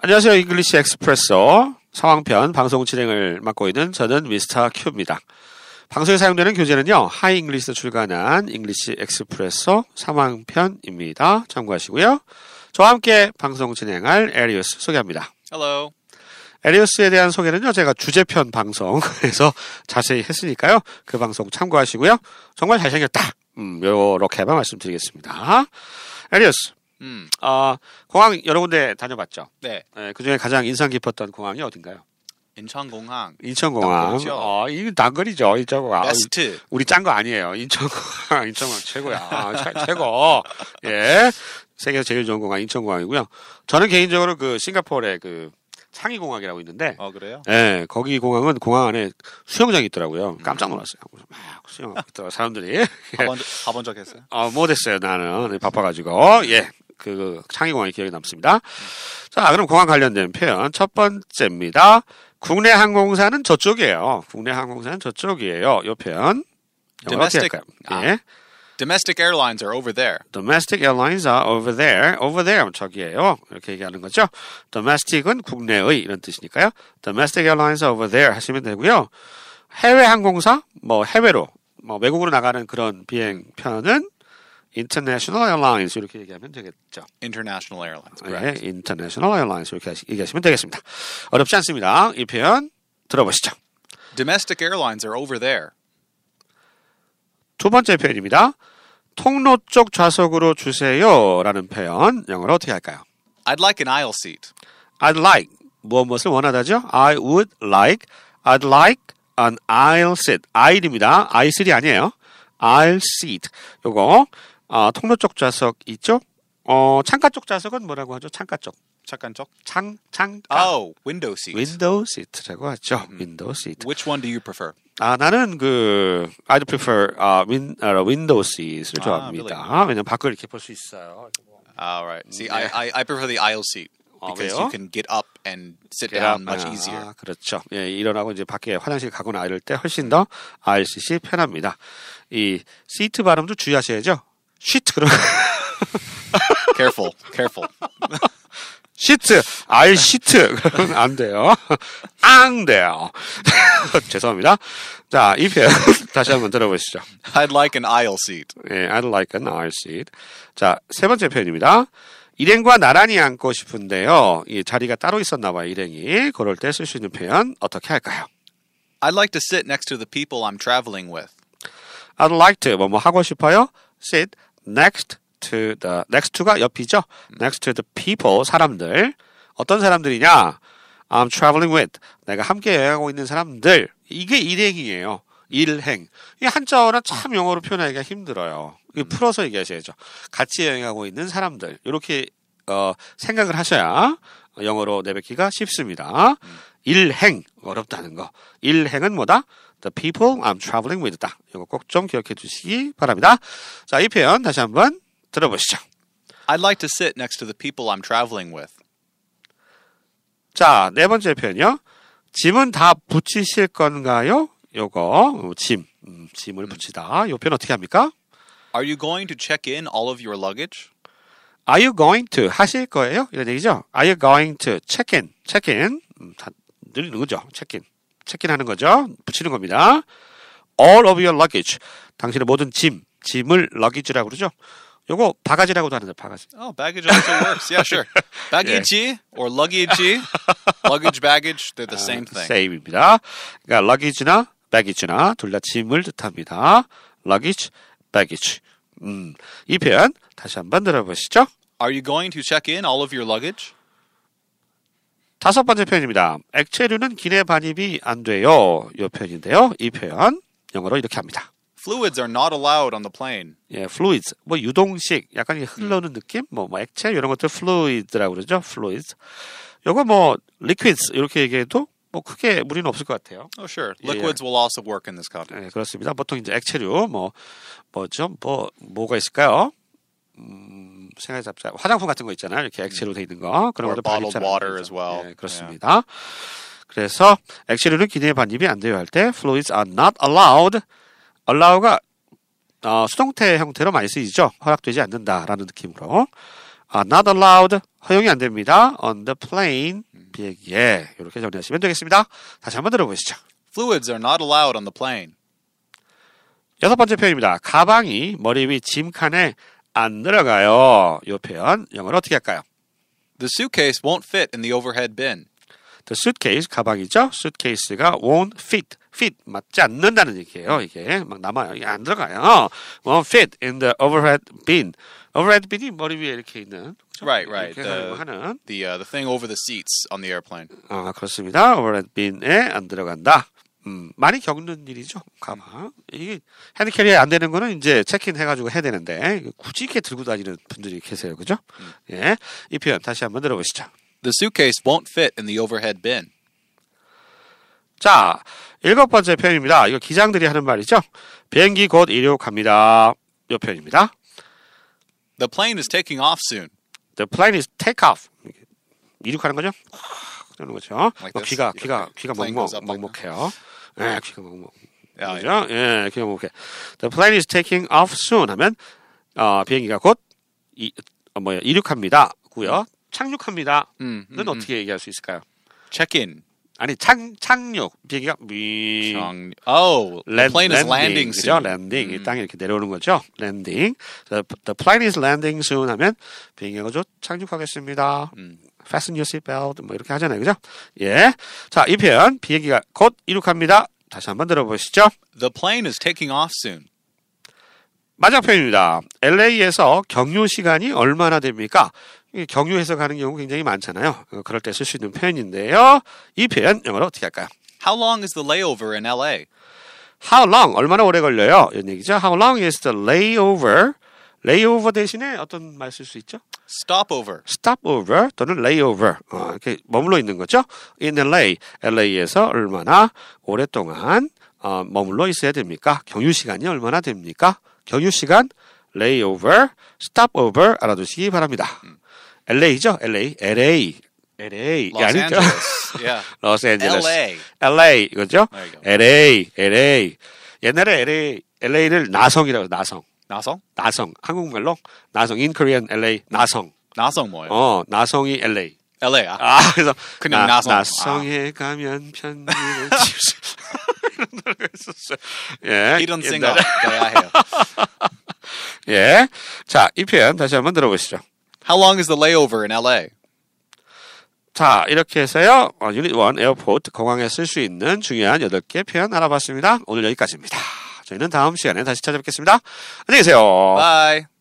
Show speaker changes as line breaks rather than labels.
안녕하세요. 잉글리시 엑스프레소 상황편 방송 진행을 맡고 있는 저는 미스터 큐입니다. 방송에 사용되는 교재는요. 하이 잉글리시에서 출간한 잉글리시 엑스프레소 상황편입니다. 참고하시고요. 저와 함께 방송 진행할 에리우스 소개합니다.
Hello.
에리우스에 대한 소개는요. 제가 주제편 방송에서 자세히 했으니까요. 그 방송 참고하시고요. 정말 잘생겼다. 음, 요렇게만 말씀드리겠습니다. 에리우스,
음,
아, 공항 여러 군데 다녀봤죠?
네.
예, 그중에 가장 인상 깊었던 공항이 어딘가요?
인천공항
인천공항.
단거리죠.
어, 이 단거리죠. 인천공항.
베스트.
우리 짠 거 아니에요. 인천공항, 인천공항 최고야. 최, 최고. 예. 세계에서 제일 좋은 공항 인천공항이고요. 저는 개인적으로 그 싱가포르의 그 창의공항이라고 있는데,
어 그래요?
예, 거기 공항은 공항 안에 수영장이 있더라고요. 깜짝 놀랐어요. 그래서 막 수영하고 있더라고요. 사람들이.
가본 적- 가본 적 했어요?
아, 못했어요, 나는. 네, 바빠가지고. 예. 그, 창의공항이 기억에 남습니다. 자, 그럼 공항 관련된 표현. 첫 번째입니다. 국내 항공사는 저쪽이에요. 국내 항공사는 저쪽이에요. 요 표현. 영어로 어떻게
Domestic-
할까요?
아.
예.
Domestic airlines are over there.
Domestic airlines are over there. Over there. 저기에요. 이렇게 얘기하는 거죠. Domestic은 국내의 이런 뜻이니까요. Domestic airlines are over there 하시면 되고요. 해외 항공사, 뭐 해외로, 뭐 외국으로 나가는 그런 비행 편은 International airlines 이렇게 얘기하면 되겠죠.
International airlines. Correct.
네, International airlines 이렇게 하시- 얘기하시면 되겠습니다. 어렵지 않습니다. 이 표현 들어보시죠.
Domestic airlines are over there.
두 번째 표현입니다. 통로 쪽 좌석으로 주세요라는 표현 영어로 어떻게 할까요?
I'd like an aisle seat.
I'd like 뭐, 무엇 무엇을 원하다죠? I would like, I'd like an aisle seat. aisle입니다. aisle seat이 아니에요. aisle seat. 요거 어, 통로 쪽 좌석 있죠? 어, 창가 쪽 좌석은 뭐라고 하죠? 창가 쪽.
잠깐 쪽.
창 창가.
Oh, window seat.
윈도우 시트라고 하죠. 윈도우 시트.
Which one do you prefer?
아 나는 그 I'd prefer 아, 윈, 아, 윈도우 시트를
아,
좋아합니다. 왜냐면 밖을 이렇게 볼 수 있어요.
All right. See, I, I I prefer the aisle seat
Oh,
because
왜요?
you can get up and sit
아,
down much easier.
아, 그렇죠. 예, 일어나고 이제 밖에 화장실 가고 나 이럴 때 훨씬 더 RCC 편합니다. 이 시트 발음도 주의하셔야죠. 시트 그런
careful, careful.
시트 R 시트 그러면 안 돼요. 안 돼요. 죄송합니다. 자, 이 표현 다시 한번 들어보시죠.
I'd like an aisle seat.
예, I'd like an R seat. 자, 세 번째 표현입니다. 일행과 나란히 앉고 싶은데요. 이 자리가 따로 있었나 봐요, 일행이. 그럴 때 쓸 수 있는 표현 어떻게 할까요?
I'd like to sit next to the people I'm traveling with.
I'd like to 뭐뭐 하고 싶어요. Sit next to the next to가 옆이죠. Next to the people 사람들 어떤 사람들이냐? I'm traveling with 내가 함께 여행하고 있는 사람들 이게 일행이에요. 일행 이 한자어는 참 영어로 표현하기가 힘들어요. 이 풀어서 얘기하셔야죠. 같이 여행하고 있는 사람들 이렇게 어, 생각을 하셔야 영어로 내뱉기가 쉽습니다. 일행 어렵다는 거. 일행은 뭐다? The people I'm traveling with다. 이거 꼭 좀 기억해 주시기 바랍니다. 자, 이 표현 다시 한번 들어보시죠.
I'd like to sit next to the people I'm traveling with.
자, 네 번째 표현요. 짐은 다 붙이실 건가요? 요거 어, 짐, 음, 짐을 붙이다. 요 표현 어떻게 합니까?
Are you going to check in all of your luggage?
Are you going to 하실 거예요? 이런 얘기죠. Are you going to check in? check in 음, 다 늘리는 거죠. check in, check in 하는 거죠. 붙이는 겁니다. All of your luggage 당신의 모든 짐, 짐을 luggage라고 그러죠. 요거 바가지라고도 하는데 바가지.
Oh, baggage also works. Yeah, sure. Baggage or luggage, luggage, baggage, they're the Uh, same thing.
save입니다. 그러니까 luggage나 baggage나 둘 다 짐을 뜻합니다. luggage, baggage. 음, 이 표현 다시 한번 들어보시죠.
Are you going to check in all of your luggage?
다섯 번째 표현입니다. 액체류는 기내 반입이 안 돼요. 이 표현인데요. 이 표현 영어로 이렇게 합니다.
Fluids are not allowed on the plane.
예, fluids 뭐 유동식 약간 이게 흘러는 느낌 뭐, 뭐 액체 이런 것들 fluid라고 그러죠. fluids. 요거 뭐 liquids 이렇게 얘기해도 뭐 크게 무리는 없을 것 같아요.
Oh, sure.
Yeah, yeah.
Liquids will also work in this context.
예, 그렇습니다. 보통 이제 액체류 뭐 뭐죠? 뭐 뭐가 있을까요? 음, 생각해 잡자. 화장품 같은 거 있잖아요. 이렇게 액체로 돼 있는 거. 그런
음.
것도
Or
반입
bottled
잘안
water
되죠.
as well.
예, 그렇습니다. 그래서 액체류는 기내에 반입이 안 돼요 할 때 fluids are not allowed. allow가 어, 수동태 형태로 많이 쓰이죠. 허락되지 않는다라는 느낌으로 are not allowed 허용이 안 됩니다. on the plane
음.
비행기에 이렇게 정리하시면 되겠습니다. 다시 한번 들어보시죠.
Fluids are not allowed on the plane.
여섯 번째 표현입니다. 가방이 머리 위 짐칸에 안 들어가요. 이 표현 영어로 어떻게 할까요?
The suitcase won't fit in the overhead bin.
The suitcase 가방이죠. suitcase가 won't fit. fit 맞지 않는다는 얘기예요. 이게 막 남아요. 이게 안 들어가요. won't fit in the overhead bin. overhead bin이 머리 위에 이렇게 있는 그죠?
Right, right.
이렇게
The-
하는
The uh, the thing over the seats on the airplane.
아, 그렇습니다. overhead bin에 안 들어간다. 음, 많이 겪는 일이죠. 가방. 이게 핸드캐리에 안 되는 거는 이제 체크인 해가지고 해야 되는데 굳이 이렇게 들고 다니는 분들이 계세요. 그죠? 예. 이 표현 다시 한번 들어보시죠.
The suitcase won't fit in the overhead bin.
자, 일곱 번째 표현입니다. 이거 기장들이 하는 말이죠. 비행기 곧 이륙 갑니다. 이 표현입니다.
The plane is taking off soon.
The plane is take off. 이륙하는 거죠? 아, 그러는 거죠.
Like
막
this?
귀가
이렇게
귀가 귀가
plane
먹먹
goes up like
먹먹해요. 예, 귀가 먹먹.
Yeah,
그죠? 예, 귀가 먹먹해. The plane is taking off soon 하면 어, 비행기가 곧 이, 어, 뭐야, 이륙합니다. 고요. 착륙합니다.
음,
는 어떻게 얘기할 수 있을까요?
Check in.
아니, 착 착륙. 비행기가 미
Chong- Oh, the
랜-
plane is landing
그죠?
soon. 음.
랜딩. 이 땅에 이렇게 내려오는 거죠. 랜딩. The, the plane is landing soon 하면 비행기가 곧 착륙하겠습니다.
음.
Fasten your seatbelt. 뭐 이렇게 하잖아요. 그죠? 예. 자, 이 표현. 비행기가 곧 이륙합니다. 다시 한번 들어보시죠.
The plane is taking off soon.
마지막 표현입니다. LA에서 경유 시간이 얼마나 됩니까? 이 경유해서 가는 경우 굉장히 많잖아요. 어, 그럴 때 쓸 수 있는 표현인데요. 이 표현 영어로 어떻게 할까요?
How long is the layover in LA?
How long? 얼마나 오래 걸려요? 이런 얘기죠. How long is the layover? layover 대신에 어떤 말 쓸 수 있죠?
Stopover.
stopover 또는 layover. 어, 이렇게 머물러 있는 거죠. in LA. LA에서 얼마나 오랫동안 어, 머물러 있어야 됩니까? 경유 시간이 얼마나 됩니까? 경유 시간, layover, stopover 알아두시기 바랍니다.
음.
LA죠? LA. LA. LA.
Los
예, 아니죠?
Angeles. yeah.
로스앤젤레스.
LA.
LA 이거죠?
There you go.
LA, LA. 옛날에 LA, LA를 나성이라고 해서 나성,
나성?
나성. 한국말로 나성, in Korean LA, 나성.
나성 뭐예요?
어, 나성이 LA.
LA. 아,
아, 그래서
그냥 나성. 아.
나성에 가면 편지를 칠수 이런 노래가 있었어요. 예,
이런
옛날에.
생각 가야 해요.
예. 자, 이 표현 다시 한번 들어보시죠.
How long is the layover in LA? 자,
자, 이렇게 해서요. 어, 유닛 1 에어포트 공항에 쓸 수 있는 중요한 8개 표현 알아봤습니다. 오늘 여기까지입니다. 저희는 다음 시간에 다시 찾아뵙겠습니다. 안녕히 계세요.
bye.